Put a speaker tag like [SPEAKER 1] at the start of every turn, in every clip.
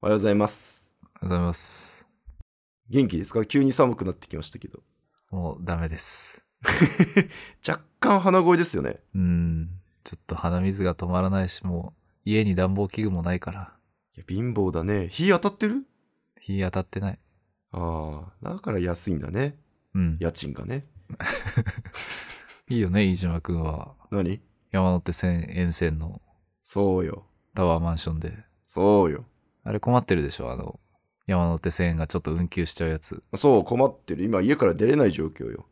[SPEAKER 1] おはようございます。
[SPEAKER 2] おはようございます。
[SPEAKER 1] 元気ですか急に寒くなってきましたけど。
[SPEAKER 2] もうダメです。
[SPEAKER 1] 若干鼻声ですよね。
[SPEAKER 2] うん。ちょっと鼻水が止まらないし、もう家に暖房器具もないから、
[SPEAKER 1] いや、貧乏だね。日当たってる
[SPEAKER 2] 日当たってない。
[SPEAKER 1] ああ、だから安いんだね。
[SPEAKER 2] うん。
[SPEAKER 1] 家賃がね。
[SPEAKER 2] いいよね、飯島くんは。
[SPEAKER 1] 何
[SPEAKER 2] 山手線沿線の
[SPEAKER 1] そうよ。
[SPEAKER 2] タワーマンションで。
[SPEAKER 1] そうよ。
[SPEAKER 2] あれ困ってるでしょ、あの、山手線がちょっと運休しちゃうやつ。
[SPEAKER 1] そう、困ってる。今、家から出れない状況よ。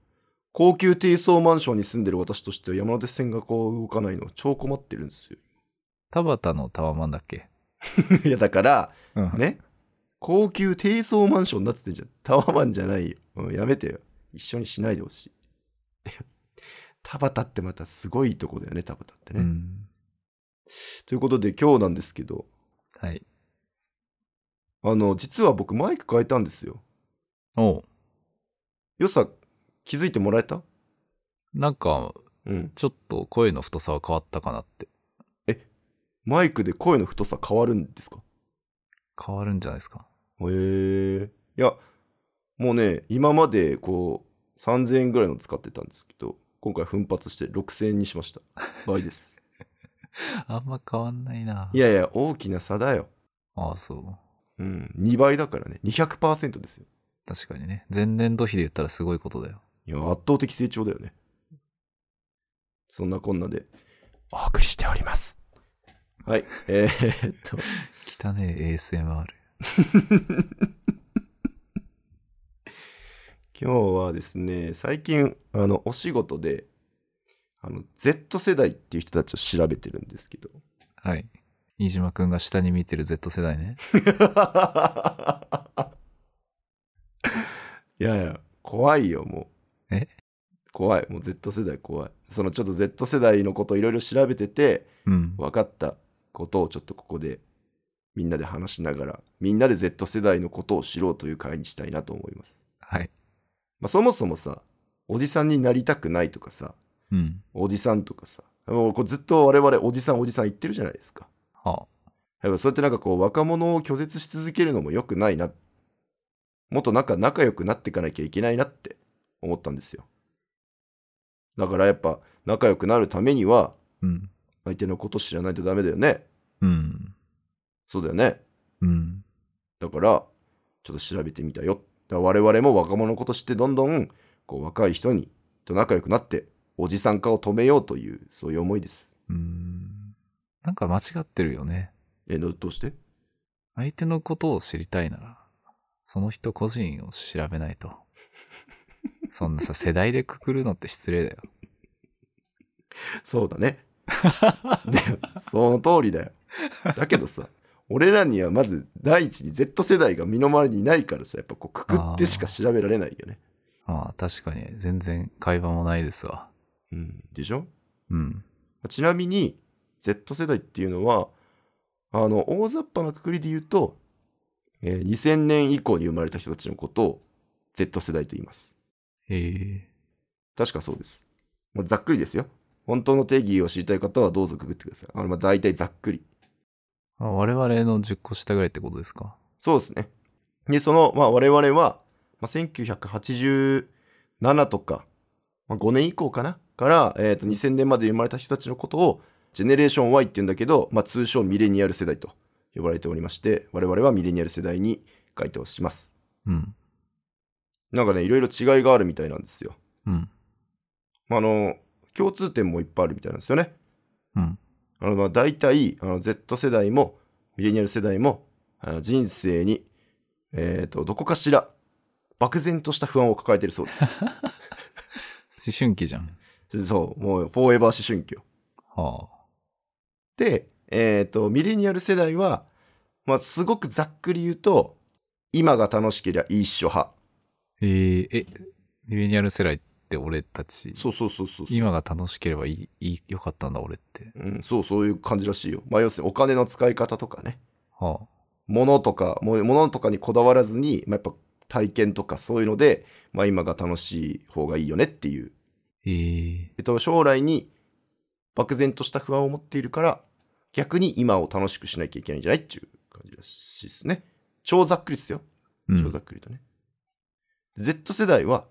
[SPEAKER 1] 高級低層マンションに住んでる私としては山手線がこう動かないの超困ってるんですよ。
[SPEAKER 2] 田畑のタワーマンだっけ
[SPEAKER 1] いや、だから、
[SPEAKER 2] うん。
[SPEAKER 1] ね。高級低層マンションになってんじゃん。タワーマンじゃないよ。うん、やめてよ。一緒にしないでほしい。 田畑ってまたすごいとこだよね、田畑ってね。
[SPEAKER 2] うん。
[SPEAKER 1] ということで今日なんですけど、
[SPEAKER 2] はい。
[SPEAKER 1] あの、実は僕マイク変えたんですよ。
[SPEAKER 2] おう
[SPEAKER 1] 良さ、気づいてもらえた
[SPEAKER 2] なんか、
[SPEAKER 1] うん。
[SPEAKER 2] ちょっと声の太さは変わったかなって。
[SPEAKER 1] マイクで声の太さ変わるんですか
[SPEAKER 2] 変わるんじゃないですか。
[SPEAKER 1] へえ。いや、もうね、今までこう、3000円ぐらいの使ってたんですけど、今回奮発して6000円にしました。倍です。
[SPEAKER 2] あんま変わんないな。
[SPEAKER 1] い。やいや、大きな差だよ。
[SPEAKER 2] ああ、そ
[SPEAKER 1] う
[SPEAKER 2] う。
[SPEAKER 1] ん、2倍だからね。200%ですよ。
[SPEAKER 2] 確かにね。前年度比で言ったらすごいことだよ。
[SPEAKER 1] いや、圧倒的成長だよね。そんなこんなで、お送りしております。はい、 えー、っと、
[SPEAKER 2] 汚ねえ ASMR。
[SPEAKER 1] 今日はですね、最近、あの、お仕事で、あの、Z 世代っていう人たちを調べてるんですけど。
[SPEAKER 2] はい。飯島くんが下に見てる Z 世代ね。
[SPEAKER 1] いやいや、怖いよ、もう。
[SPEAKER 2] え
[SPEAKER 1] 怖い。もう Z 世代怖い。そのちょっと Z 世代のこといろいろ調べてて、
[SPEAKER 2] うん。
[SPEAKER 1] 分かったことをちょっとここでみんなで話しながらみんなで Z 世代のことを知ろうという会にしたいなと思います、
[SPEAKER 2] はい。
[SPEAKER 1] まあ、そもそもさおじさんになりたくないとかさ
[SPEAKER 2] うん。
[SPEAKER 1] おじさんとかさもうこうずっと我々おじさんおじさん言ってるじゃないですか
[SPEAKER 2] は
[SPEAKER 1] やっぱそうやってなんかこう若者を拒絶し続けるのも良くないなもっとなんか仲良くなっていかなきゃいけないなって思ったんですよだからやっぱ仲良くなるためには
[SPEAKER 2] うん。
[SPEAKER 1] 相手のこと知らないとダメだよね
[SPEAKER 2] うん。
[SPEAKER 1] そうだよね
[SPEAKER 2] うん。
[SPEAKER 1] だから、ちょっと調べてみたよ。だから我々も若者のこと知って、どんどんこう若い人にと仲良くなって、おじさん化を止めようという、そういう思いです。
[SPEAKER 2] うん。なんか間違ってるよね。
[SPEAKER 1] え、どどうして
[SPEAKER 2] 相手のことを知りたいなら、その人個人を調べないと。そんなさ、世代でくくるのって失礼だよ。
[SPEAKER 1] そうだね。 でその通りだよ。だけどさ、俺らにはまず第一に Z 世代が身の回りにいないからさ、やっぱこうくくってしか調べられないよね。
[SPEAKER 2] ああ、確かに全然会話もないですわ。
[SPEAKER 1] うん、でしょ
[SPEAKER 2] うん。
[SPEAKER 1] ちなみに Z 世代っていうのはあの大雑把なくくりで言うと、えー2000年以降に生まれた人たちのことを Z 世代と言います
[SPEAKER 2] ええ
[SPEAKER 1] 確かそうです、まあ、ざっくりですよ本当の定義を知りたい方はどうぞくぐってくださいあのまあ大体ざっくり
[SPEAKER 2] あ我々の10個下ぐらいってことですか
[SPEAKER 1] そうですねでその、まあ、我々は、まあ、1987とか、まあ、5年以降かなから、えーと2000年まで生まれた人たちのことをジェネレーション Y って言うんだけど、まあ、通称ミレニアル世代と呼ばれておりまして我々はミレニアル世代に該当します
[SPEAKER 2] うん。
[SPEAKER 1] なんかねいろいろ違いがあるみたいなんですよ、
[SPEAKER 2] うん。
[SPEAKER 1] まあ、あの共通点もいっぱいあるみたいなんですよね
[SPEAKER 2] うん。
[SPEAKER 1] あのまあ大体あの Z 世代もミレニアル世代もあの人生に、えー、とどこかしら漠然とした不安を抱えてるそうです
[SPEAKER 2] 思春期じゃん。
[SPEAKER 1] そうもうフォーエバー思春期よ
[SPEAKER 2] はあ。
[SPEAKER 1] で、えー、とミレニアル世代は、まあ、すごくざっくり言うと今が楽しければいいっしょ派
[SPEAKER 2] えー、え、ミレニアル世代って俺たち、
[SPEAKER 1] そうそうそうそうそう
[SPEAKER 2] 今が楽しければいい、いい、よかったんだ俺って。
[SPEAKER 1] うん、そうそういう感じらしいよ、まあ、要するにお金の使い方とかね
[SPEAKER 2] はあ。
[SPEAKER 1] 物とかもう物とかにこだわらずに、まあ、やっぱ体験とかそういうので、まあ、今が楽しい方がいいよねっていう
[SPEAKER 2] えー、
[SPEAKER 1] えっと、将来に漠然とした不安を持っているから逆に今を楽しくしなきゃいけないんじゃないっていう感じらしいですね。超ざっくりですよ。
[SPEAKER 2] うん
[SPEAKER 1] 超ざっくりとね。Z 世代は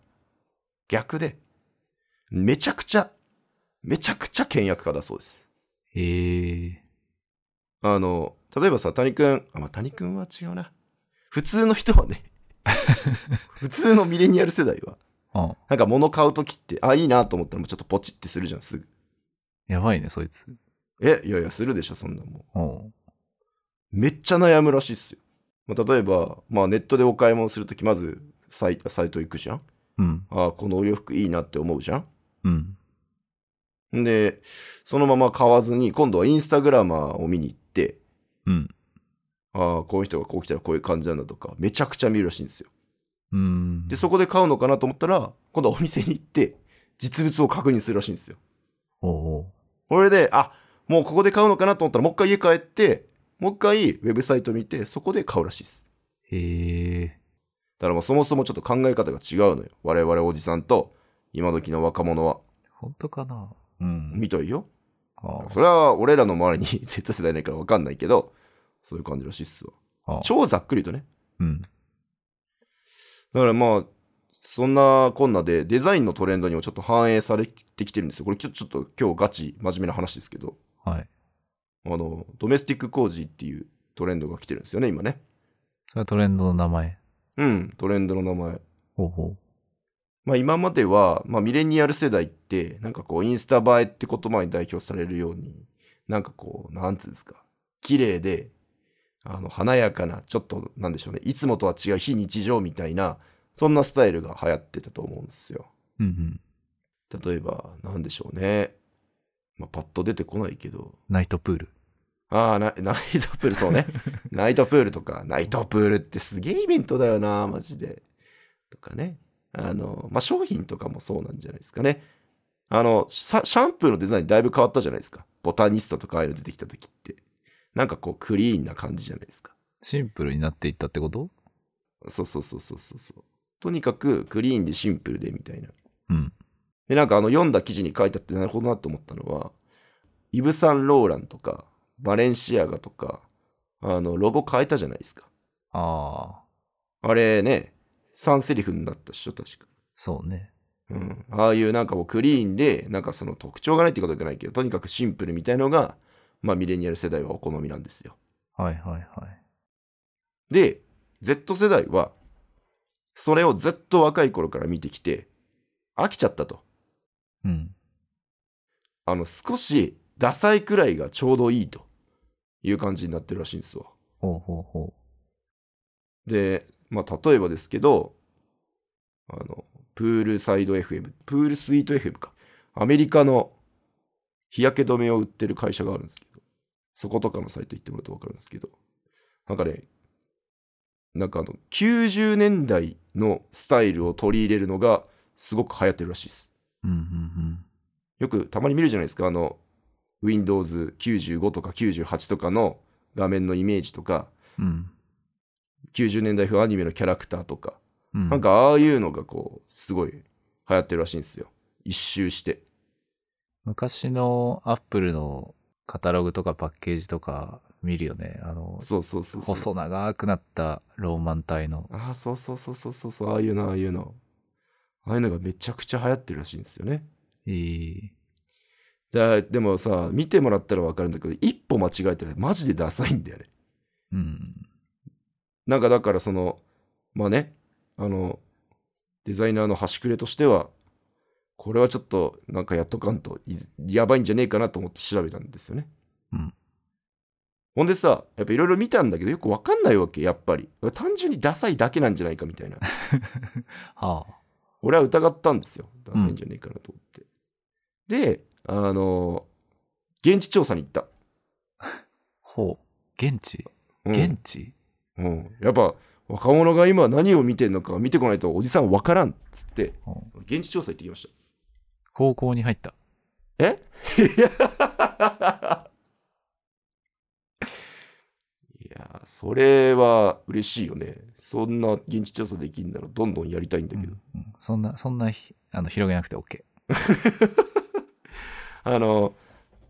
[SPEAKER 1] 逆で、めちゃくちゃ、めちゃくちゃ倹約家だそうです。
[SPEAKER 2] えー、
[SPEAKER 1] あの、例えばさ、谷くん、あ、まあ、谷くんは違うな。普通の人は ね、普通のミレニアル世代は、
[SPEAKER 2] あ、
[SPEAKER 1] なんか物買うときって、あ、いいなと思ったらもうちょっとポチってするじゃん、すぐ。
[SPEAKER 2] やばいね、そいつ。
[SPEAKER 1] え、いやいや、するでしょ、そんなもん。
[SPEAKER 2] おう
[SPEAKER 1] めっちゃ悩むらしいっすよ。まあ、例えば、まあ、ネットでお買い物するとき、まずサイサイト行くじゃん。
[SPEAKER 2] うん、
[SPEAKER 1] ああ、このお洋服いいなって思うじゃ
[SPEAKER 2] うん、
[SPEAKER 1] ん。んで、そのまま買わずに、今度はインスタグラマーを見に行って、
[SPEAKER 2] うん、
[SPEAKER 1] ああ、こういう人がこう来たらこういう感じなんだとか、めちゃくちゃ見るらしいんですよ。
[SPEAKER 2] うん。
[SPEAKER 1] で、そこで買うのかなと思ったら、今度はお店に行って、実物を確認するらしいんですよ。
[SPEAKER 2] おうおう
[SPEAKER 1] これで、あもうここで買うのかなと思ったら、もう一回家帰って、もう一回ウェブサイト見て、そこで買うらしいです。
[SPEAKER 2] え
[SPEAKER 1] だ
[SPEAKER 2] ー、
[SPEAKER 1] からまあそもそもちょっと考え方が違うのよ。我々おじさんと今時の若者は。
[SPEAKER 2] 本当かなうん。
[SPEAKER 1] 見といよ。
[SPEAKER 2] あ
[SPEAKER 1] それは俺らの周りに Z 世代ないから分かんないけど、そういう感じらしいっすわ。
[SPEAKER 2] あ、
[SPEAKER 1] 超ざっくりとね。
[SPEAKER 2] うん。
[SPEAKER 1] だからまあ、そんなこんなでデザインのトレンドにもちょっと反映されてきてるんですよ。これちょちょっと今日ガチ真面目な話ですけど、
[SPEAKER 2] はい。
[SPEAKER 1] あの、ドメスティック工事っていうトレンドが来てるんですよね、今ね。
[SPEAKER 2] それはトレンドの名前。
[SPEAKER 1] うん、トレンドの名前。
[SPEAKER 2] ほうほ
[SPEAKER 1] まあ、今までは、まあ、ミレニアル世代ってなんかこうインスタ映えって言葉に代表されるようになんかこうなんつうんですか綺麗であの華やかなちょっとなんでしょうねいつもとは違う非日常みたいなそんなスタイルが流行ってたと思うんですよ
[SPEAKER 2] う。うんうん。
[SPEAKER 1] 例えばなんでしょうね、まあ、パッと出てこないけど
[SPEAKER 2] ナイトプール。
[SPEAKER 1] ああナ ナイトプールそうねナイトプールとかナイトプールってすげえイベントだよなマジでとかねあのまあ商品とかもそうなんじゃないですかねあのシャシャンプーのデザインだいぶ変わったじゃないですかボタニストとかああいうの出てきた時ってなんかこうクリーンな感じじゃないですか
[SPEAKER 2] シンプルになっていったってこと
[SPEAKER 1] そうそうそうそうそうそうとにかくクリーンでシンプルでみたいな
[SPEAKER 2] うん。
[SPEAKER 1] でなんかあの読んだ記事に書いてあってなるほどなと思ったのはイブ・サンローランとかバレンシアガとかあのロゴ変えたじゃないですか
[SPEAKER 2] ああ、
[SPEAKER 1] あれね、3セリフになったっしょ、確か。
[SPEAKER 2] そうね。
[SPEAKER 1] うん。ああいうなんかもうクリーンで、なんかその特徴がないってことはじゃないけど、とにかくシンプルみたいのが、まあミレニアル世代はお好みなんですよ。
[SPEAKER 2] はいはいはい。
[SPEAKER 1] で、Z 世代は、それをずっと若い頃から見てきて、飽きちゃったと。
[SPEAKER 2] うん。
[SPEAKER 1] あの、少しダサいくらいがちょうどいいという感じになってるらしいんですわ。
[SPEAKER 2] ほうほうほ
[SPEAKER 1] で、まあ、例えばですけど、あの、プールサイド FM、プールスイート FM か。アメリカの日焼け止めを売ってる会社があるんですけど、そことかのサイト行ってもらうと分かるんですけど、なんかね、なんかあの、90年代のスタイルを取り入れるのがすごく流行ってるらしいです。
[SPEAKER 2] う。うんうん
[SPEAKER 1] よくたまに見るじゃないですか、あの、Windows95 とか98とかの画面のイメージとか、
[SPEAKER 2] うん。うん。
[SPEAKER 1] 90年代風アニメのキャラクターとか、
[SPEAKER 2] うん、
[SPEAKER 1] なんかああいうのがこう、すごい流行ってるらしいんですよ。一周して。
[SPEAKER 2] 昔のアップルのカタログとかパッケージとか見るよね。あの、
[SPEAKER 1] そうそうそうそう。
[SPEAKER 2] 細長くなったローマン体の。
[SPEAKER 1] ああ、そうそうそうそうそうそう、ああいうの、ああいうの。ああいうのがめちゃくちゃ流行ってるらしいんですよね。
[SPEAKER 2] いい。
[SPEAKER 1] だでもさ、見てもらったらわかるんだけど、一歩間違えたらマジでダサいんだよね。
[SPEAKER 2] うん。
[SPEAKER 1] なんかだからその、まあね、あの、デザイナーの端くれとしては、これはちょっとなんかやっとかんといやばいんじゃねえかなと思って調べたんですよね。
[SPEAKER 2] うん
[SPEAKER 1] ほんでさ、やっぱいろいろ見たんだけどよくわかんないわけ、やっぱり。単純にダサいだけなんじゃないかみたいな。
[SPEAKER 2] はあ。
[SPEAKER 1] 俺は疑ったんですよ。ダサいんじゃねえかなと思って。で、あの、現地調査に行った。
[SPEAKER 2] ほう。現地
[SPEAKER 1] うん
[SPEAKER 2] 現地、
[SPEAKER 1] うん、やっぱ若者が今何を見てんのか見てこないとおじさんわからんっつって
[SPEAKER 2] うん
[SPEAKER 1] 現地調査行ってきまし
[SPEAKER 2] 高校に入った。
[SPEAKER 1] たえいやーそれは嬉しいよねそんな現地調査できるならどんどんやりたいんだけど、
[SPEAKER 2] うんうんそんな、そんなひあの広げなくて OK。
[SPEAKER 1] あの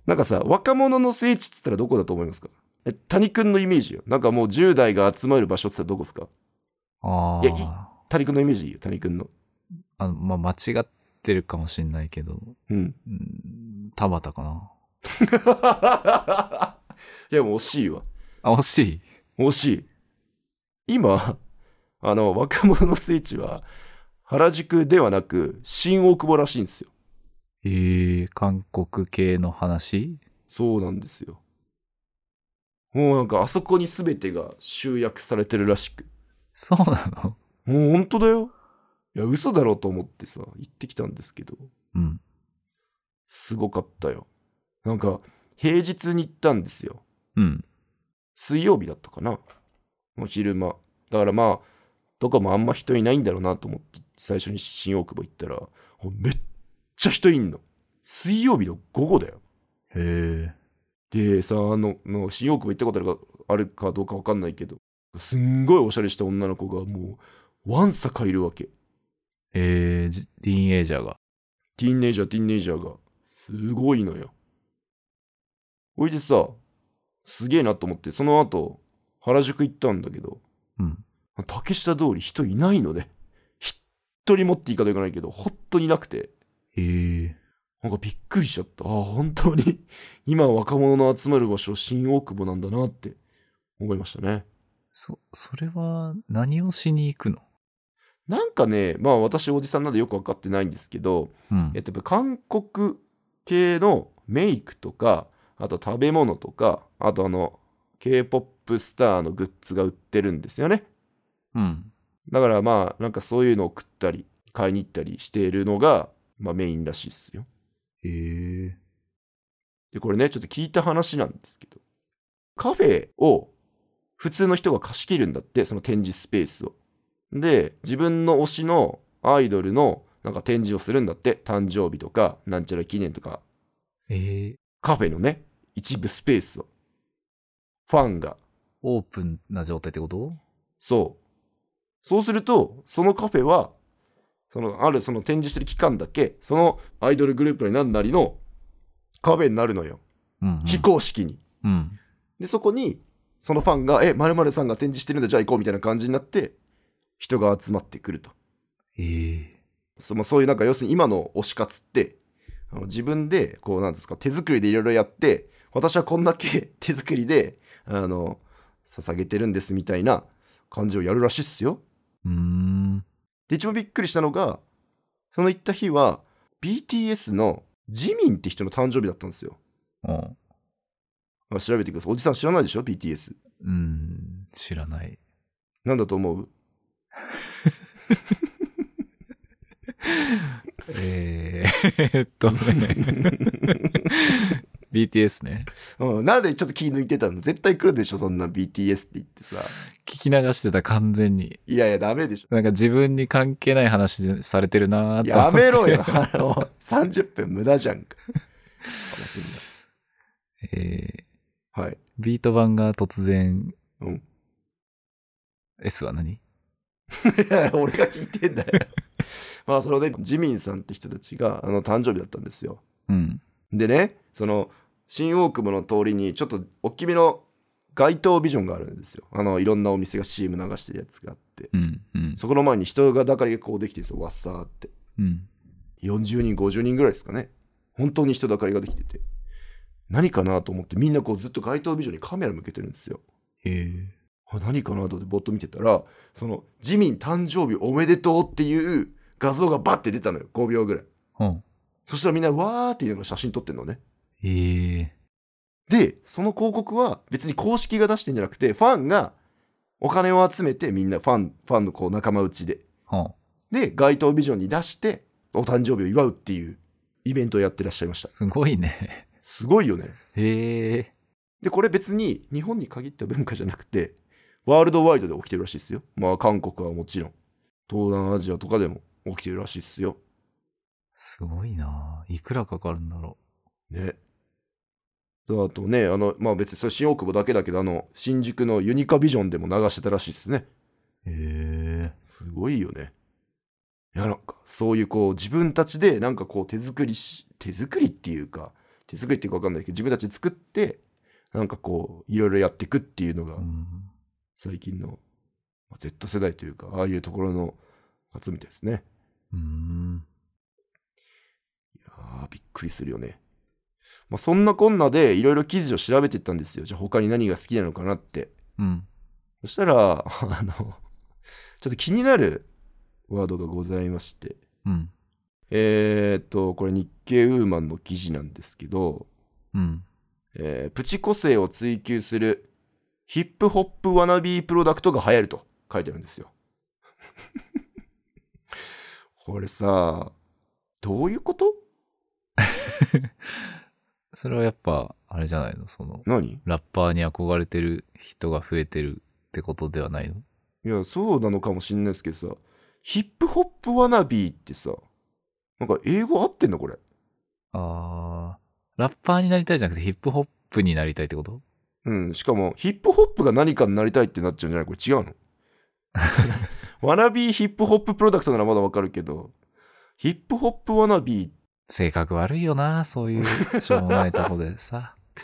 [SPEAKER 1] なんかさ若者の聖地っつったらどこだと思いますかえ谷くんのイメージよなんかもう10代が集まる場所っつったらどこですか
[SPEAKER 2] あ
[SPEAKER 1] いやい
[SPEAKER 2] あ。
[SPEAKER 1] 谷くんのイメージいいよ谷くんの
[SPEAKER 2] あのまあ、間違ってるかもしんないけど、
[SPEAKER 1] うん
[SPEAKER 2] うん、田畑かな。
[SPEAKER 1] いやもう惜しいわ
[SPEAKER 2] あ、惜しい。
[SPEAKER 1] 惜しい今あの若者の聖地は原宿ではなく新大久保らしいんですよ
[SPEAKER 2] えー、韓国系の話
[SPEAKER 1] そうなんですよもうなんかあそこに全てが集約されてるらしく
[SPEAKER 2] そうなの
[SPEAKER 1] もう本当だよいや嘘だろうと思ってさ行ってきたんですけど
[SPEAKER 2] うん。
[SPEAKER 1] すごかったよなんか平日に行ったんですよ
[SPEAKER 2] うん。
[SPEAKER 1] 水曜日だったかなの昼間だからまあどこもあんま人いないんだろうなと思って最初に新大久保行ったらあめっちゃ人いんの水曜日の午後だよ
[SPEAKER 2] へえ。
[SPEAKER 1] でさあのの新大久保行ったことあるかあるかどうか分かんないけどすんごいおしゃれした女の子がもうわんさかいるわけ
[SPEAKER 2] えー、ジティーンエイジャーが。
[SPEAKER 1] ティーンエイジャーティーンエイジャーがすごいのよほいでさすげえなと思ってその後原宿行ったんだけど
[SPEAKER 2] うん。
[SPEAKER 1] 竹下通り人いないのね一人持っていいかといかないけど本当にいなくて
[SPEAKER 2] へえ。
[SPEAKER 1] なんかびっくりしちゃったああ本当に今若者の集まる場所新大久保なんだなって思いましたね
[SPEAKER 2] そ、それは何をしに行くの
[SPEAKER 1] なんかねまあ私おじさんなんでよく分かってないんですけど、
[SPEAKER 2] うん
[SPEAKER 1] えっと、やっぱ韓国系のメイクとかあと食べ物とかあとあの k p o p スターのグッズが売ってるんですよね
[SPEAKER 2] うん。
[SPEAKER 1] だからまあなんかそういうのを食ったり買いに行ったりしているのが、まあ、メインらしいっすよ
[SPEAKER 2] へえ。
[SPEAKER 1] でこれねちょっと聞いた話なんですけどカフェを普通の人が貸し切るんだってその展示スペースをで自分の推しのアイドルのなんか展示をするんだって誕生日とかなんちゃら記念とか
[SPEAKER 2] えー、
[SPEAKER 1] カフェのね一部スペースをファンが
[SPEAKER 2] オープンな状態ってこと
[SPEAKER 1] そうそうするとそのカフェはそのあるその展示してる期間だけそのアイドルグループになんなりのカフェになるのよ
[SPEAKER 2] うん、うん。
[SPEAKER 1] 非公式に
[SPEAKER 2] うん。
[SPEAKER 1] で、そこに、そのファンが、え、まるさんが展示してるんだ、じゃあ行こうみたいな感じになって、人が集まってくると。
[SPEAKER 2] えー。
[SPEAKER 1] そまあそういう、なんか、要するに今の推し活って、あの自分で、こう、なんですか、手作りでいろいろやって、私はこんだけ 手作りで、あの、捧げてるんですみたいな感じをやるらしいっすよ。
[SPEAKER 2] うーん。
[SPEAKER 1] で、一番びっくりしたのが、その行った日は、BTS のジミンって人の誕生日だったんですよ。
[SPEAKER 2] うん
[SPEAKER 1] あ調べてください。おじさん知らないでしょ ?BTS。
[SPEAKER 2] うん。知らない。
[SPEAKER 1] なんだと思う
[SPEAKER 2] えー、え っとね。BTS ね。
[SPEAKER 1] うん、なんでちょっと気抜いてたの絶対来るでしょそんな BTS って言ってさ。
[SPEAKER 2] 聞き流してた完全に。
[SPEAKER 1] いやいや、ダメでしょ。
[SPEAKER 2] なんか自分に関係ない話されてるなーと思
[SPEAKER 1] や
[SPEAKER 2] って
[SPEAKER 1] めろよ、あの、30分無駄じゃんか。
[SPEAKER 2] えー
[SPEAKER 1] はい。
[SPEAKER 2] ビート板が突然、
[SPEAKER 1] うん
[SPEAKER 2] S は何
[SPEAKER 1] いや、 俺が聞いてんだよ。 まあ、そのね、ジミンさんって人たちが、あの、誕生日だったんですよ。
[SPEAKER 2] うん。
[SPEAKER 1] でね、その、新大久保の通りに、ちょっと大きめの街頭ビジョンがあるんですよ。あの、いろんなお店が CM 流してるやつがあって。
[SPEAKER 2] うん。うん。
[SPEAKER 1] そこの前に人がだかりがこうできてるんですよ。わっさーって。
[SPEAKER 2] うん。
[SPEAKER 1] 40人50人ぐらいですかね本当に人だかりができてて何かなと思ってみんなこうずっと街頭ビジョンにカメラ向けてるんですよ
[SPEAKER 2] えー
[SPEAKER 1] あ何かなと思ってぼっと見てたらその「自民誕生日おめでとう」っていう画像がバッて出たのよ5秒ぐらい
[SPEAKER 2] うん。
[SPEAKER 1] そしたらみんなわーって言いながら写真撮ってんのね
[SPEAKER 2] えー
[SPEAKER 1] でその広告は別に公式が出してんじゃなくてファンがお金を集めてみんなファンファンのこう仲間内で
[SPEAKER 2] うん。
[SPEAKER 1] で街頭ビジョンに出してお誕生日を祝うっていうイベントをやってらっしゃいました
[SPEAKER 2] すごいね。
[SPEAKER 1] すごいよね
[SPEAKER 2] ええ
[SPEAKER 1] で、これ別に日本に限った文化じゃなくて、ワールドワイドで起きてるらしいですよ。まあ、韓国はもちろん、東南アジアとかでも起きてるらしいですよ。
[SPEAKER 2] すごいないくらかかるんだろ
[SPEAKER 1] ね。であとね、あの、まあ別にそれ新大久保だけだけど、あの、新宿のユニカビジョンでも流してたらしいですね。
[SPEAKER 2] う。え
[SPEAKER 1] すごいよね。いや、なんか、そういうこう、自分たちでなんかこう手作りし、手作りっていうか、手作りっていうか分かんないけど自分たちで作ってなんかこういろいろやっていくっていうのが
[SPEAKER 2] うん
[SPEAKER 1] 最近のまあ Z 世代というかああいうところのやつみたいですね
[SPEAKER 2] うん
[SPEAKER 1] いやーびっくりするよね、まあ、そんなこんなでいろいろ記事を調べていったんですよじゃあ他に何が好きなのかなって
[SPEAKER 2] うん
[SPEAKER 1] そしたらあのちょっと気になるワードがございまして
[SPEAKER 2] うん
[SPEAKER 1] えー、っとこれ日経ウーマンの記事なんですけど
[SPEAKER 2] うん
[SPEAKER 1] えープチ個性を追求するヒップホップワナビープロダクトが流行ると書いてあるんですよ。 これさ、どういうこと
[SPEAKER 2] それはやっぱあれじゃないのその
[SPEAKER 1] 何
[SPEAKER 2] ラッパーに憧れてる人が増えてるってことではないの
[SPEAKER 1] いや、そうなのかもしんないですけどさ、ヒップホップワナビーってさ、なんか英語合ってんのこれ。
[SPEAKER 2] あーラッパーになりたいじゃなくてヒップホップになりたいってこと
[SPEAKER 1] うん、しかもヒップホップが何かになりたいってなっちゃうんじゃないこれ違うのワナビーヒップホッププロダクトならまだわかるけど、ヒップホップワナビーっ
[SPEAKER 2] 性格悪いよな、そう いう、しょうもないとこでさ。
[SPEAKER 1] て、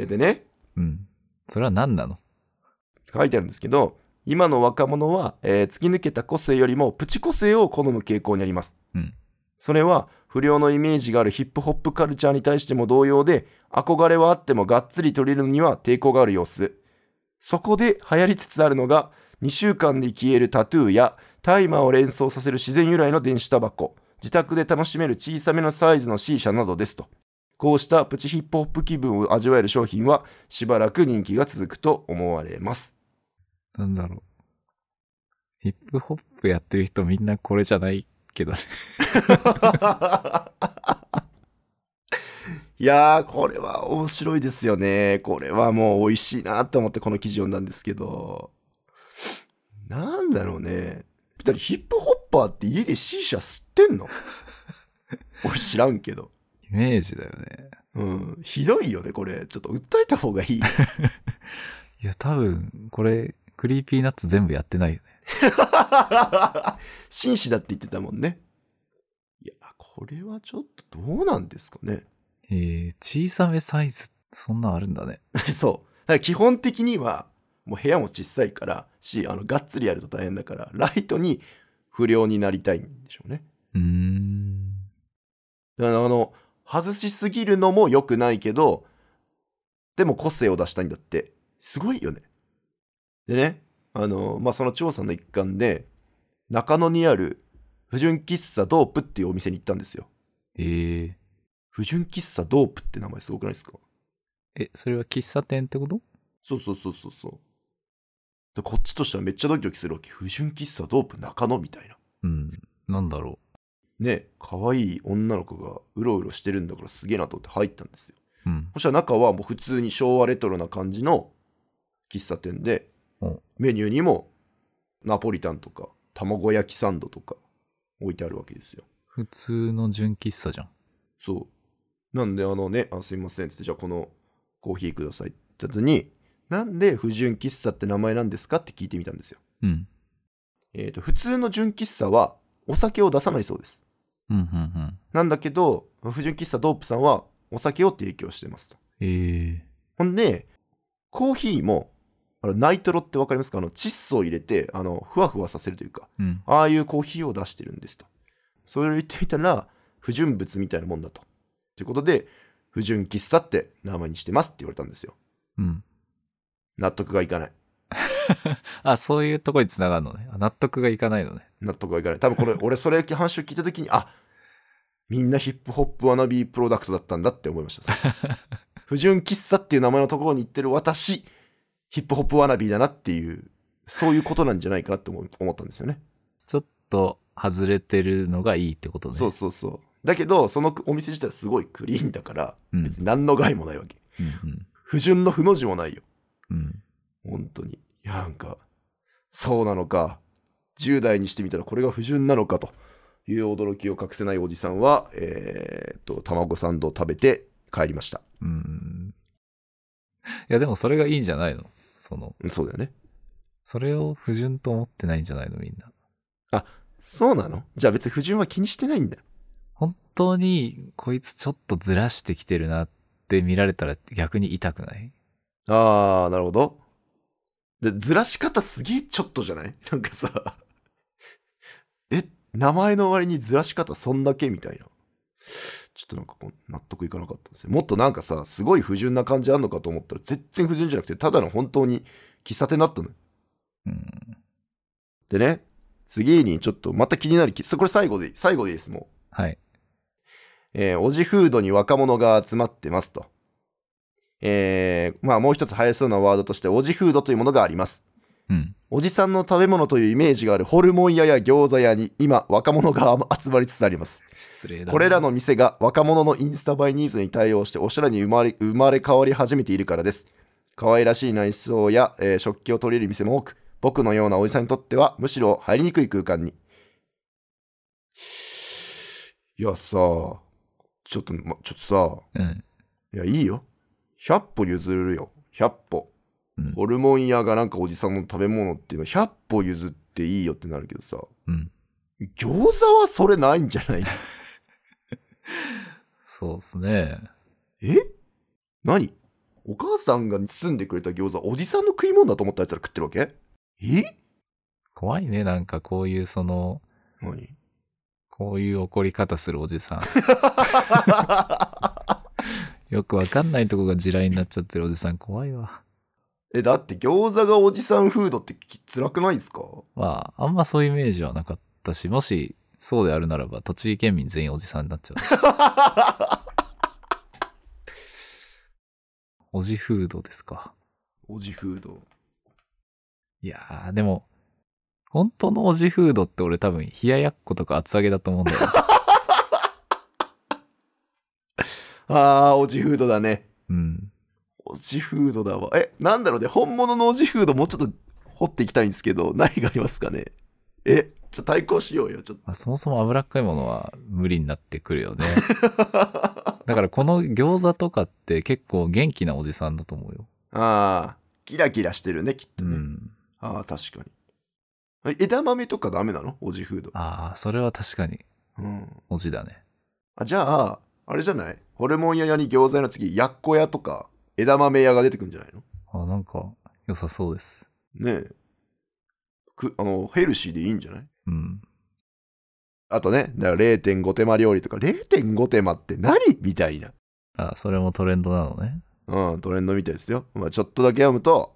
[SPEAKER 1] いやでね、
[SPEAKER 2] うん。それは何なの
[SPEAKER 1] 書いてあるんですけど今の若者は、えー突き抜けた個性よりもプチ個性を好む傾向にあります、
[SPEAKER 2] うん
[SPEAKER 1] それは不良のイメージがあるヒップホップカルチャーに対しても同様で憧れはあってもがっつり取れるのには抵抗がある様子そこで流行りつつあるのが2週間で消えるタトゥーやタイマーを連想させる自然由来の電子タバコ自宅で楽しめる小さめのサイズの C 社などですとこうしたプチヒップホップ気分を味わえる商品はしばらく人気が続くと思われます
[SPEAKER 2] なんだろう。ヒップホップやってる人みんなこれじゃないけどね。
[SPEAKER 1] いやーこれは面白いですよねこれはもう美味しいなと思ってこの記事読んだんですけどなんだろうねだってヒップホッパーって家で C 社吸ってんの俺知らんけど
[SPEAKER 2] イメージだよね。
[SPEAKER 1] うんひどいよねこれちょっと訴えた方がいい
[SPEAKER 2] いや、多分、これ、クリーピーナッツ全部やってないよね。
[SPEAKER 1] 紳士だって言ってたもんねいやこれはちょっとどうなんですかね
[SPEAKER 2] えー、小さめサイズ、そんなんあるんだね。
[SPEAKER 1] そう。だから基本的には、もう部屋も小さいから、し、あの、がっつりやると大変だから、ライトに不良になりたいんでしょうね。
[SPEAKER 2] うーん。
[SPEAKER 1] だからあの、外しすぎるのも良くないけど、でも個性を出したいんだって、すごいよね。でね、あの、まあ、その調査の一環で、中野にある、不純喫茶ドープっていうお店に行ったんですよ。
[SPEAKER 2] えー、
[SPEAKER 1] 不純喫茶ドープって名前すごくないですか
[SPEAKER 2] え、それは喫茶店ってこと
[SPEAKER 1] そうそうそうそうそう。でこっちとしてはめっちゃドキドキするわけ。不純喫茶ドープ中野みたいな。
[SPEAKER 2] うん。なんだろ
[SPEAKER 1] ね、可愛い女の子がうろうろしてるんだからすげえなと思って入ったんですよ。
[SPEAKER 2] う。うん。
[SPEAKER 1] そしたら中はもう普通に昭和レトロな感じの喫茶店で
[SPEAKER 2] うん、
[SPEAKER 1] メニューにもナポリタンとか卵焼きサンドとか置いてあるわけですよ。
[SPEAKER 2] 普通の純喫茶じゃん。
[SPEAKER 1] そう。なんで、あのね、あすいませんっつって、じゃあこのコーヒーくださいって言った後に、なんで不純喫茶って名前なんですかって聞いてみたんですよ。
[SPEAKER 2] うん。
[SPEAKER 1] えー、と普通の純喫茶はお酒を出さないそうです
[SPEAKER 2] うん、うん、うん。
[SPEAKER 1] なんだけど不純喫茶ドープさんはお酒を提供してますと
[SPEAKER 2] えー、
[SPEAKER 1] ほんでコーヒーもあのナイトロって分かりますかあの窒素を入れてあのふわふわさせるというか
[SPEAKER 2] うん。
[SPEAKER 1] ああいうコーヒーを出してるんですとそれを言ってみたら不純物みたいなもんだとということで不純喫茶って名前にしてますって言われたんですよ
[SPEAKER 2] うん。
[SPEAKER 1] 納得がいかない
[SPEAKER 2] あ、そういうとこに繋がるのね。あ納得がいかないのね。
[SPEAKER 1] 納得がいかない多分これ俺それ話を聞いた時にあみんなヒップホップワナビープロダクトだったんだって思いま したそれ不純喫茶っていう名前のところに行ってる私ヒップホップワナビーだなっていうそういうことなんじゃないかなって思う思ったんですよね
[SPEAKER 2] ちょっと外れてるのがいいってことね。
[SPEAKER 1] そうそうそうだけどそのお店自体はすごいクリーンだから
[SPEAKER 2] うん。
[SPEAKER 1] 別に何の害もないわけ、
[SPEAKER 2] うんうん。
[SPEAKER 1] 不純の不の字もないよ
[SPEAKER 2] うん。
[SPEAKER 1] 本当にいやなんかそうなのか10代にしてみたらこれが不純なのかという驚きを隠せないおじさんはえーっと卵サンドを食べて帰りました
[SPEAKER 2] うん。いや、でもそれがいいんじゃないのその、
[SPEAKER 1] うんそうだよね
[SPEAKER 2] それを不純と思ってないんじゃないのみんな。
[SPEAKER 1] そうなのじゃあ別に不純は気にしてないんだ
[SPEAKER 2] 本当にこいつちょっとずらしてきてるなって見られたら逆に痛くない
[SPEAKER 1] ああ、なるほど。で、ずらし方すげえちょっとじゃない なんかさ、え、名前の割にずらし方そんだけみたいな。ちょっとなんかこう納得いかなかったんですよ。もっとなんかさ、すごい不純な感じあんのかと思ったら、全然不純じゃなくて、ただの本当に喫茶店だったのよ。
[SPEAKER 2] うん。
[SPEAKER 1] でね、次にちょっとまた気になる、きこれ最後で、最後でいいです、もう。
[SPEAKER 2] はい。
[SPEAKER 1] えー、オジフードに若者が集まってますと。えー、まあもう一つ流行りそうなワードとして、オジフードというものがあります。
[SPEAKER 2] うん。
[SPEAKER 1] おじさんの食べ物というイメージがあるホルモン屋や餃子屋に今若者が集まりつつあります。
[SPEAKER 2] 失礼だな。
[SPEAKER 1] これらの店が若者のインスタ映えニーズに対応しておしゃれに生まれ生まれ変わり始めているからです。可愛らしい内装や、えー食器を取り入れる店も多く、僕のようなおじさんにとってはむしろ入りにくい空間に。いやさ、ちょっと、ま、ちょっとさ、
[SPEAKER 2] うん。
[SPEAKER 1] いや、いいよ。100歩譲るよ。100歩。
[SPEAKER 2] うん
[SPEAKER 1] ホルモン屋がなんかおじさんの食べ物っていうの100歩譲っていいよってなるけどさ。
[SPEAKER 2] うん。
[SPEAKER 1] 餃子はそれないんじゃない
[SPEAKER 2] そうですね。
[SPEAKER 1] え何お母さんが包んでくれた餃子、おじさんの食い物だと思ったやつら食ってるわけえ
[SPEAKER 2] 怖いね。なんかこういうその、
[SPEAKER 1] 何
[SPEAKER 2] こういう怒り方するおじさん。よくわかんないとこが地雷になっちゃってるおじさん怖いわ。
[SPEAKER 1] え、だって餃子がおじさんフードってき辛くないですか
[SPEAKER 2] まあ、あんまそういうイメージはなかったし、もしそうであるならば、栃木県民全員おじさんになっちゃう。おじフードですか。
[SPEAKER 1] おじフード。
[SPEAKER 2] いやー、でも、本当のおじフードって俺多分、冷ややっことか厚揚げだと思うんだよね。
[SPEAKER 1] あー、おじフードだね。
[SPEAKER 2] うん。
[SPEAKER 1] おじフードだわ。え、なんだろうね。本物のおじフードもうちょっと掘っていきたいんですけど、何がありますかねえ、ちょっと対抗しようよ。ちょっと。
[SPEAKER 2] まあ、そもそも脂っこいものは無理になってくる よね。だからこの餃子とかって結構元気なおじさんだと思うよ。
[SPEAKER 1] ああ、キラキラしてるね、きっと
[SPEAKER 2] う
[SPEAKER 1] ね。
[SPEAKER 2] ん。
[SPEAKER 1] ああ、確かに。え枝豆とかダメなのおじフード。
[SPEAKER 2] ああ、それは確かに、
[SPEAKER 1] うん。
[SPEAKER 2] おじだね。
[SPEAKER 1] あ、じゃあ、あれじゃないホルモン屋に餃子屋の次、やっこ屋とか、枝豆屋が出てくんじゃないの
[SPEAKER 2] あなんか、良さそうです。
[SPEAKER 1] ねえ。く、あの、ヘルシーでいいんじゃない
[SPEAKER 2] うん。
[SPEAKER 1] あとね、だから0.5手間料理とか、0.5手間って何みたいな。
[SPEAKER 2] あそれもトレンドなのね。
[SPEAKER 1] うん、トレンドみたいですよ。まあ、ちょっとだけ読むと、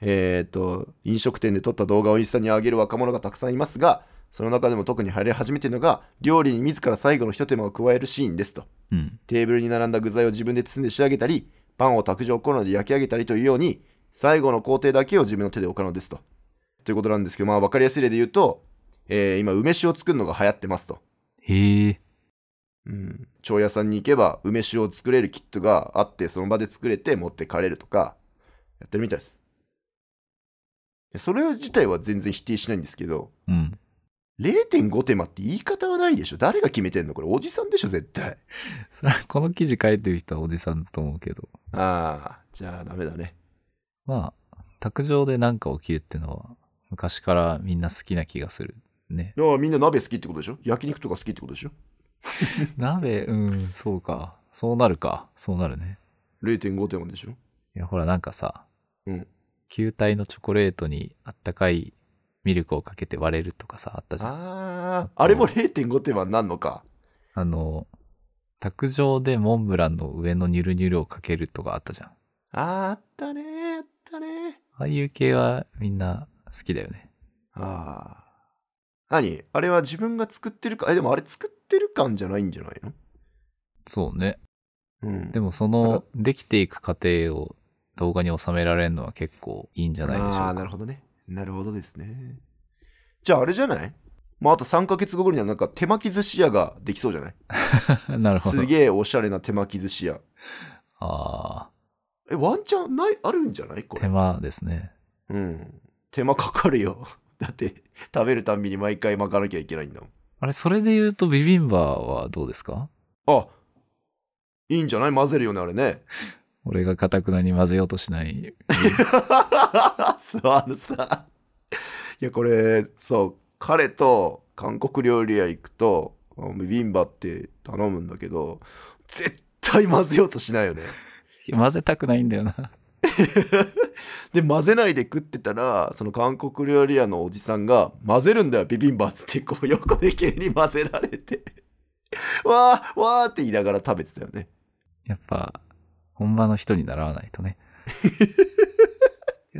[SPEAKER 1] えっ、と、飲食店で撮った動画をインスタに上げる若者がたくさんいますが、その中でも特に入り始めているのが、料理に自ら最後の一手間を加えるシーンですと。
[SPEAKER 2] うん。
[SPEAKER 1] テーブルに並んだ具材を自分で包んで仕上げたり、パンを卓上コーナーで焼き上げたりというように、最後の工程だけを自分の手で行うのですと。ということなんですけど、まあ、わかりやすい例で言うと、えー今、梅酒を作るのが流行ってますと。
[SPEAKER 2] へえ。
[SPEAKER 1] うん、蝶屋さんに行けば梅酒を作れるキットがあってその場で作れて持ってかれるとかやってるみたいですそれ自体は全然否定しないんですけど
[SPEAKER 2] うん。
[SPEAKER 1] 0.5手間って言い方はないでしょ誰が決めてんのこれおじさんでしょ絶対
[SPEAKER 2] それはこの記事書いてる人はおじさんだと思うけど。
[SPEAKER 1] ああじゃあダメだね
[SPEAKER 2] まあ、卓上で何か起きるっていうのは、昔からみんな好きな気がする。ね。
[SPEAKER 1] いやみんな鍋好きってことでしょ焼肉とか好きってことでしょ
[SPEAKER 2] 鍋、うん、そうか。そうなるか。そうなるね。
[SPEAKER 1] 0.5手間でしょ
[SPEAKER 2] いや、ほら、なんかさ、
[SPEAKER 1] うん
[SPEAKER 2] 球体のチョコレートにあったかいミルクをかけて割れるとかさ、あったじゃん。あ
[SPEAKER 1] あああれも0.5手間になんのか
[SPEAKER 2] の、卓上でモンブランの上のニュルニュルをかけるとかあったじゃん。あ
[SPEAKER 1] あーあったねーあったねー
[SPEAKER 2] あいう系はみんな好きだよね。
[SPEAKER 1] ああ。何あれは自分が作ってるか、え、でもあれ作ってる感じゃないんじゃないの
[SPEAKER 2] そうね。
[SPEAKER 1] うん。
[SPEAKER 2] で
[SPEAKER 1] も、
[SPEAKER 2] もそ
[SPEAKER 1] なん
[SPEAKER 2] の
[SPEAKER 1] か、
[SPEAKER 2] できていく過程を動画に収められるのは結構いいんじゃないでしょうか。
[SPEAKER 1] ああ、なるほどね。なるほどですね。じゃああれじゃないまあ、あと3ヶ月後ぐらいにはなんか手巻き寿司屋ができそうじゃない
[SPEAKER 2] なるほど
[SPEAKER 1] す。げえおしゃれな手巻き寿司屋。
[SPEAKER 2] あ
[SPEAKER 1] え、ワンチャンない、あるんじゃない
[SPEAKER 2] あ、
[SPEAKER 1] こ
[SPEAKER 2] 手
[SPEAKER 1] れ。
[SPEAKER 2] 間ですね。
[SPEAKER 1] うん。手間かかるよ。 だって、食べるたんびに毎回巻かなきゃいけないんだもん。
[SPEAKER 2] あれ、それで言うとビビンバはどうですか
[SPEAKER 1] あ、いいんじゃない混ぜるよね、あれね。
[SPEAKER 2] 俺がかたくなに混ぜようとしない
[SPEAKER 1] そうあのさいやこれそう彼と韓国料理屋行くとあのビビンバって頼むんだけど絶対混ぜようとしないよね
[SPEAKER 2] 混ぜたくないんだよな。
[SPEAKER 1] で混ぜないで食ってたらその韓国料理屋のおじさんが「混ぜるんだよビビンバ」っつってこう横で急に混ぜられて「わーわー」って言いながら食べてたよね
[SPEAKER 2] やっぱ、本場の人に習わない とね。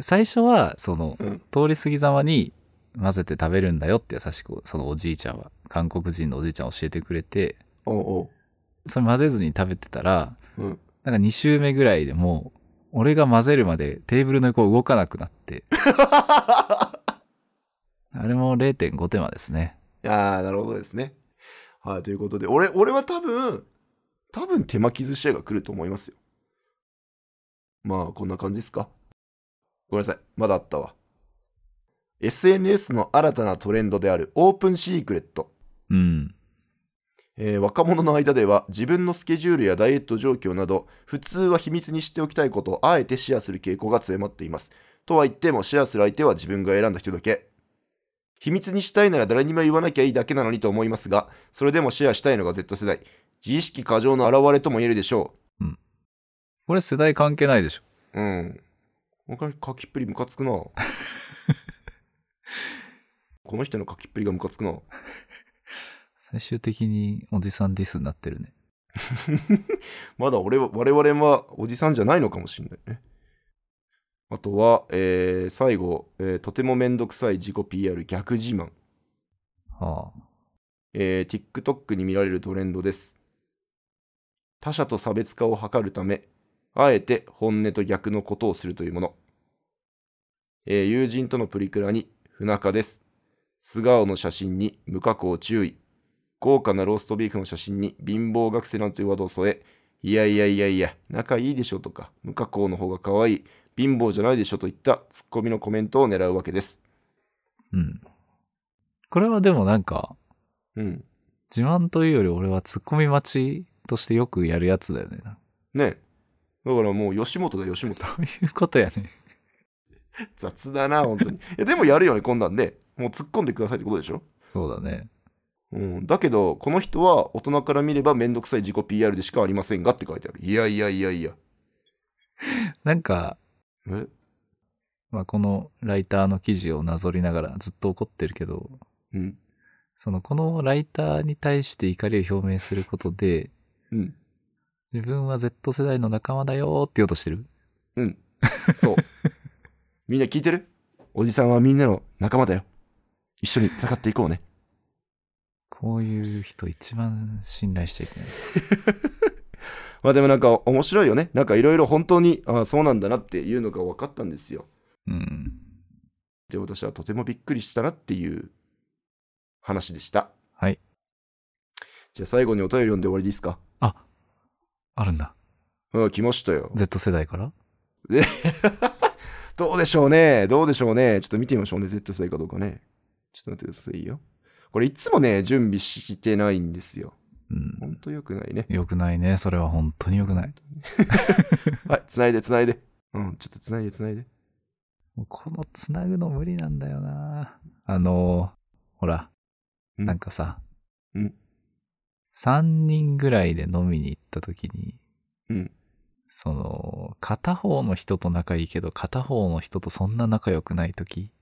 [SPEAKER 2] 最初は、その、
[SPEAKER 1] うん
[SPEAKER 2] 通り過ぎざまに混ぜて食べるんだよって優しく、そのおじいちゃんは、韓国人のおじいちゃん教えてくれて、
[SPEAKER 1] おうおう
[SPEAKER 2] それ混ぜずに食べてたら、
[SPEAKER 1] うん
[SPEAKER 2] なんか2周目ぐらいでもう、俺が混ぜるまでテーブルの横動かなく なって、あれも0.5手間ですね。
[SPEAKER 1] ああ、なるほどですね。はい、ということで、俺、俺は多分、多分手巻き寿司屋が来ると思いますよ。まあ、こんな感じですか。ごめんなさい、まだあったわ。SNS の新たなトレンドであるオープンシークレット。
[SPEAKER 2] うん。
[SPEAKER 1] えー若者の間では自分のスケジュールやダイエット状況など普通は秘密にしておきたいことをあえてシェアする傾向が強まっていますとは言ってもシェアする相手は自分が選んだ人だけ秘密にしたいなら誰にも言わなきゃいいだけなのにと思いますがそれでもシェアしたいのが Z 世代自意識過剰の表れとも言えるでしょ
[SPEAKER 2] これ世代関係ないでしょ。
[SPEAKER 1] ううんこの書きっぷりムカつくなこの人の書きっぷりがムカつくな
[SPEAKER 2] 最終的におじさんディスになってるね。
[SPEAKER 1] まだ俺は我々はおじさんじゃないのかもしれないね。あとは、えー最後、えーとてもめんどくさい自己 PR 逆自慢、
[SPEAKER 2] はあ。
[SPEAKER 1] えー TikTok に見られるトレンドです。他者と差別化を図るため、あえて本音と逆のことをするというもの。えー友人とのプリクラに不仲です。素顔の写真に無加工注意。豪華なローストビーフの写真に貧乏学生なんていうワードを添え、いやいやいやいや、仲いいでしょとか、無加工の方が可愛い、貧乏じゃないでしょといったツッコミのコメントを狙うわけです。
[SPEAKER 2] うん。これはでもなんか、
[SPEAKER 1] うん。
[SPEAKER 2] 自慢というより俺はツッコミ待ちとしてよくやるやつだよね。
[SPEAKER 1] ねだからもう吉本だ、吉本。
[SPEAKER 2] どういうことやね。
[SPEAKER 1] 雑だな、本当に。いや、でもやるよね、こんなんで。もう突っ込んでくださいってことでしょ。
[SPEAKER 2] そうだね。
[SPEAKER 1] うん、だけど、この人は大人から見ればめんどくさい自己 PR でしかありませんがって書いてある。いやいやいやいや。
[SPEAKER 2] なんか、
[SPEAKER 1] え
[SPEAKER 2] まあ、このライターの記事をなぞりながらずっと怒ってるけど、
[SPEAKER 1] うん。
[SPEAKER 2] そのこのライターに対して怒りを表明することで、
[SPEAKER 1] うん。
[SPEAKER 2] 自分は Z 世代の仲間だよーって言おうとしてる
[SPEAKER 1] うん。そう。 みんな聞いてるおじさんはみんなの仲間だよ。一緒に戦っていこうね。
[SPEAKER 2] こういう人一番信頼しちゃいけないです。
[SPEAKER 1] まあでもなんか面白いよね。なんかいろいろ本当に、ああ、そうなんだなっていうのが分かったんですよ。
[SPEAKER 2] うん。
[SPEAKER 1] で、私はとてもびっくりしたなっていう話でした。
[SPEAKER 2] はい。
[SPEAKER 1] じゃあ最後にお便り読んで終わりでいいですか
[SPEAKER 2] あるんだ。
[SPEAKER 1] うん、来ましたよ。
[SPEAKER 2] Z 世代から
[SPEAKER 1] どうでしょうねどうでしょうねちょっと見てみましょうね。Z 世代かどうかね。ちょっと待ってくださいよ。これいつもね、準備してないんですよ。
[SPEAKER 2] うん
[SPEAKER 1] ほ。んとよくないね。
[SPEAKER 2] よくないね。それは本当によくない。
[SPEAKER 1] はい、つないでつないで。うん、ちょっとつないでつないで。
[SPEAKER 2] もうこのつなぐの無理なんだよなあのーほら、
[SPEAKER 1] うん
[SPEAKER 2] なんかさ、
[SPEAKER 1] うん
[SPEAKER 2] 3人ぐらいで飲みに行った時に、
[SPEAKER 1] うん。
[SPEAKER 2] その、片方の人と仲いいけど、片方の人とそんな仲良くない時、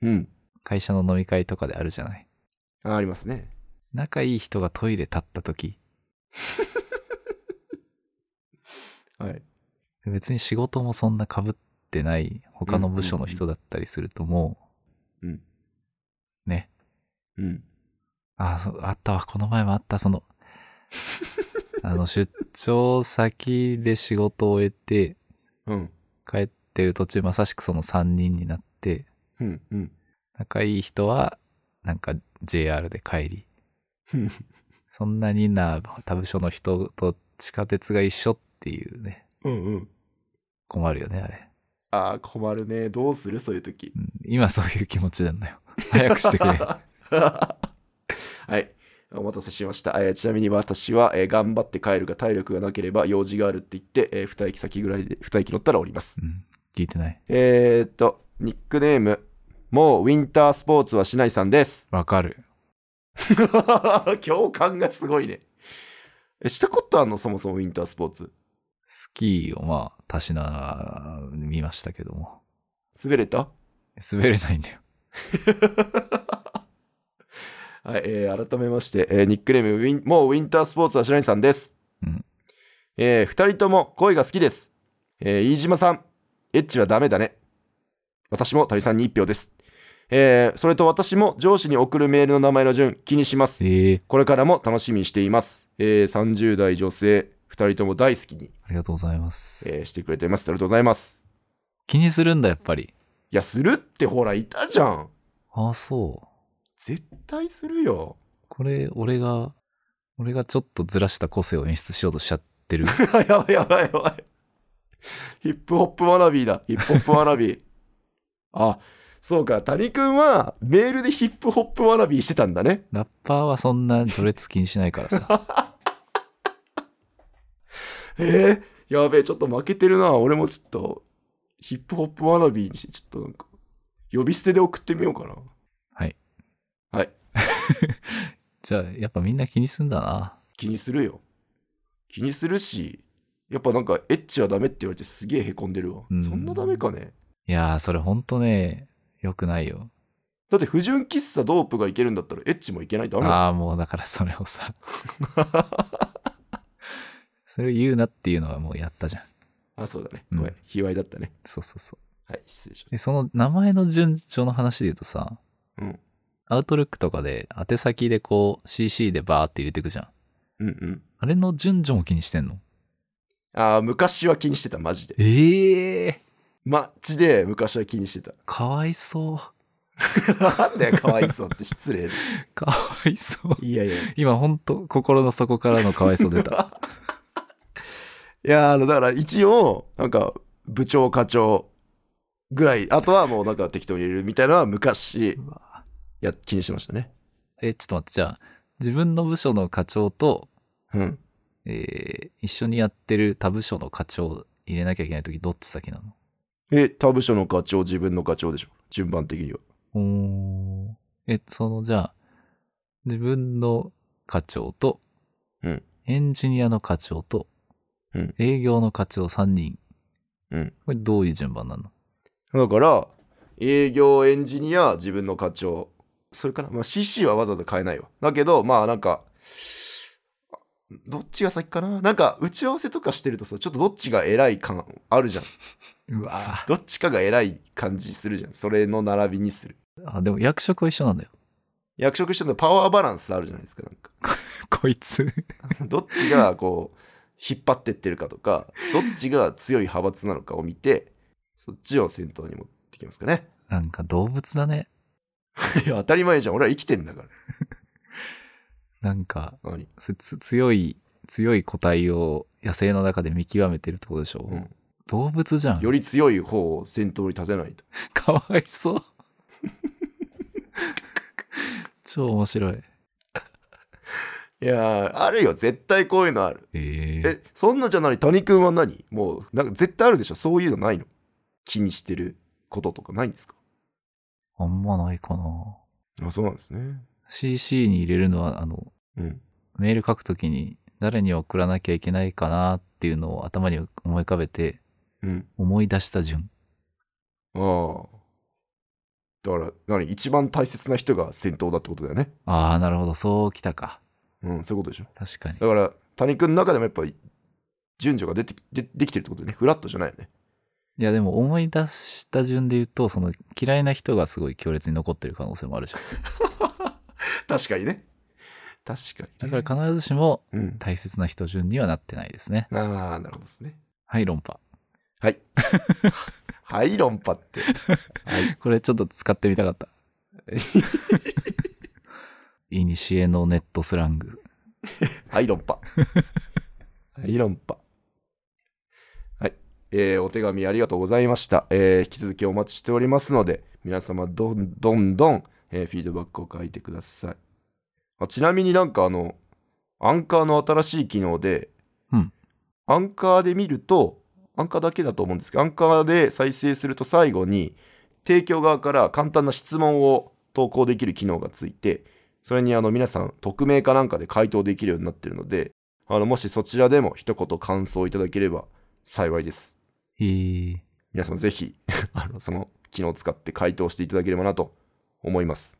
[SPEAKER 1] うん。
[SPEAKER 2] 会社の飲み会とかであるじゃない。
[SPEAKER 1] あありますね。
[SPEAKER 2] 仲いい人がトイレ立った時、
[SPEAKER 1] はい。
[SPEAKER 2] 別に仕事もそんな被ってない他の部署の人だったりするともう、
[SPEAKER 1] うん
[SPEAKER 2] ね、
[SPEAKER 1] うん。
[SPEAKER 2] あ、そうあったわ。この前もあった。その、あの、出張先で仕事を終えて、
[SPEAKER 1] うん。
[SPEAKER 2] 帰ってる途中、まさしくその3人になって、
[SPEAKER 1] うん。うん。
[SPEAKER 2] 仲いい人は、なんか JR で帰り
[SPEAKER 1] うん、
[SPEAKER 2] そんなにな、他部署の人と地下鉄が一緒っていうね、
[SPEAKER 1] うん。うん。
[SPEAKER 2] 困るよね、あれ。
[SPEAKER 1] ああ、困るね。どうするそういう時。
[SPEAKER 2] うん今そういう気持ちなんだよ。早くしてくれ。
[SPEAKER 1] はい。お待たせしました。えーちなみに私は、えー頑張って帰るが体力がなければ用事があるって言って、えー二駅先ぐらいで、二駅乗ったらおります。
[SPEAKER 2] うん、聞いてない。
[SPEAKER 1] えー、っと、ニックネーム、もうウィンタースポーツはしないさんです。
[SPEAKER 2] わかる。
[SPEAKER 1] 共感がすごいね。え、したことあんのそもそもウィンタースポーツ。
[SPEAKER 2] スキーをまあ、たしなみましたけども。
[SPEAKER 1] 滑れた
[SPEAKER 2] 滑れないんだよ。
[SPEAKER 1] はい、えー改めまして、えーニックネームウィン、もうウィンタースポーツは白井さんです。
[SPEAKER 2] うん
[SPEAKER 1] えー二人とも声が好きです。えー飯島さん、エッチはダメだね。私も谷さんに一票です。えーそれと私も上司に送るメールの名前の順気にします。
[SPEAKER 2] ええ
[SPEAKER 1] これからも楽しみにしています。えー30代女性、二人とも大好きに、
[SPEAKER 2] ありがとうございます。
[SPEAKER 1] えーしてくれています。ありがとうございます。
[SPEAKER 2] 気にするんだ、やっぱり。
[SPEAKER 1] いや、するってほら、いたじゃん。
[SPEAKER 2] ああ、そう。
[SPEAKER 1] 絶対するよ。
[SPEAKER 2] これ、俺が、俺がちょっとずらした個性を演出しようとしちゃってる。
[SPEAKER 1] やばいやばいやばい。ヒップホップワナビーだ。ヒップホップワナビー。あ、そうか。谷くんはメールでヒップホップワナビーしてたんだね。
[SPEAKER 2] ラッパーはそんな序列気にしないからさ。
[SPEAKER 1] えー、やべえ、ちょっと負けてるな。俺もちょっと、ヒップホップワナビーにして、ちょっとなんか、呼び捨てで送ってみようかな。
[SPEAKER 2] はい。
[SPEAKER 1] はい。
[SPEAKER 2] じゃあ、やっぱみんな気にすんだな。
[SPEAKER 1] 気にするよ。気にするし、やっぱなんか、エッチはダメって言われてすげえへこんでるわ。
[SPEAKER 2] うん
[SPEAKER 1] そんなダメかね。
[SPEAKER 2] いやー、それほんとね、良くないよ。
[SPEAKER 1] だって、不純喫茶ドープがいけるんだったら、エッチもいけないとダメだよ
[SPEAKER 2] ああ、もうだからそれをさ。それを言うなっていうのはもうやったじゃん。
[SPEAKER 1] あ、そうだね。
[SPEAKER 2] うん
[SPEAKER 1] ごめん。卑猥だったね。
[SPEAKER 2] そうそうそう。
[SPEAKER 1] はい、失礼しまし
[SPEAKER 2] で、その名前の順調の話で言うとさ、
[SPEAKER 1] た。うん。
[SPEAKER 2] アウトルックとかで宛先でこう CC でバーって入れてくじゃん。
[SPEAKER 1] うんうん。
[SPEAKER 2] あれの順序も気にしてんの
[SPEAKER 1] ああ、昔は気にしてた、マジで。
[SPEAKER 2] ええ
[SPEAKER 1] マジで昔は気にしてた。
[SPEAKER 2] かわいそう。
[SPEAKER 1] なんだよ、かわいそうって失礼。
[SPEAKER 2] かわいそう。
[SPEAKER 1] いやいや。い
[SPEAKER 2] 今ほんと心の底からのかわいそう 出た。
[SPEAKER 1] や、あの、だから一応、なんか、部長、課長ぐらい、あとはもうなんか適当に入れるみたいなのは昔、
[SPEAKER 2] うわ
[SPEAKER 1] いや、気にしてましたね。
[SPEAKER 2] え、ちょっと待って、じゃあ、自分の部署の課長と、
[SPEAKER 1] うん。
[SPEAKER 2] えー一緒にやってる他部署の課長入れなきゃいけないとき、どっち先なの
[SPEAKER 1] え、他部署の課長、自分の課長でしょ。順番的には。
[SPEAKER 2] おえ、その、じゃあ、自分の課長と、
[SPEAKER 1] うん
[SPEAKER 2] エンジニアの課長と、
[SPEAKER 1] うん
[SPEAKER 2] 営業の課長3人。
[SPEAKER 1] うん。
[SPEAKER 2] これどういう順番なの
[SPEAKER 1] だから、営業、エンジニア、自分の課長。それから、まあ、CC はわざわざ変えないわ。だけど、まあなんか、どっちが先かななんか、打ち合わせとかしてるとさ、ちょっとどっちが偉い感あるじゃん。
[SPEAKER 2] うわ
[SPEAKER 1] どっちかが偉い感じするじゃん。それの並びにする。
[SPEAKER 2] あ、でも役職は一緒なんだよ。
[SPEAKER 1] 役職してるのパワーバランスあるじゃないですか。なんか
[SPEAKER 2] こいつ。
[SPEAKER 1] どっちがこう、引っ張ってってるかとか、どっちが強い派閥なのかを見て、そっちを先頭に持ってきますかね。
[SPEAKER 2] なんか動物だね。
[SPEAKER 1] いや、当たり前じゃん。俺は生きてんだから。
[SPEAKER 2] なんか、
[SPEAKER 1] 何
[SPEAKER 2] そつ強い、強い個体を野生の中で見極めてるってことでしょ、
[SPEAKER 1] うん
[SPEAKER 2] 動物じゃん。
[SPEAKER 1] より強い方を先頭に立てないと。
[SPEAKER 2] かわいそう。 超面白い。
[SPEAKER 1] いやー、あるよ。絶対こういうのある。
[SPEAKER 2] ええ
[SPEAKER 1] え、そんなじゃない谷くんは何もう、なんか絶対あるでしょ。そういうのないの気にしてることとかないんですか
[SPEAKER 2] あんまないかな。
[SPEAKER 1] あ、そうなんですね。
[SPEAKER 2] CC に入れるのは、あの、
[SPEAKER 1] うん。
[SPEAKER 2] メール書くときに誰に送らなきゃいけないかなっていうのを頭に思い浮かべて
[SPEAKER 1] うん。
[SPEAKER 2] 思い出した順。
[SPEAKER 1] ああ。だから、何一番大切な人が先頭だってことだよね。
[SPEAKER 2] ああ、なるほど。そうきたか。
[SPEAKER 1] うん、そういうことでしょ。
[SPEAKER 2] 確かに。
[SPEAKER 1] だから、谷くんの中でもやっぱり、順序が出てでできてるってことだよね。フラットじゃないよね。
[SPEAKER 2] いや、でも思い出した順で言うと、その嫌いな人がすごい強烈に残ってる可能性もあるじゃん。
[SPEAKER 1] 確かにね。確かに、ね。
[SPEAKER 2] だから必ずしも
[SPEAKER 1] うん。
[SPEAKER 2] 大切な人順にはなってないですね。
[SPEAKER 1] ああ、なるほどですね。
[SPEAKER 2] はい、論破。
[SPEAKER 1] はい。はい、論破って。はい。
[SPEAKER 2] これちょっと使ってみたかった。いにしえのネットスラング。
[SPEAKER 1] はい、論破。はい、論破。はい。えーお手紙ありがとうございました。えー引き続きお待ちしておりますので、皆様、どんどんどん、えーフィードバックを書いてください。あちなみになんかあの、アンカーの新しい機能で、
[SPEAKER 2] うん
[SPEAKER 1] アンカーで見ると、アンカーだけだと思うんですけど、アンカーで再生すると最後に、提供側から簡単な質問を投稿できる機能がついて、それにあの皆さん匿名かなんかで回答できるようになってるのであのもしそちらでも一言感想いただければ幸いです
[SPEAKER 2] えー、
[SPEAKER 1] 皆さんぜひ あのその機能を使って回答していただければなと思います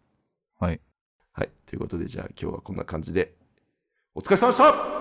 [SPEAKER 2] はい。
[SPEAKER 1] はいということでじゃあ今日はこんな感じでお疲れ様でした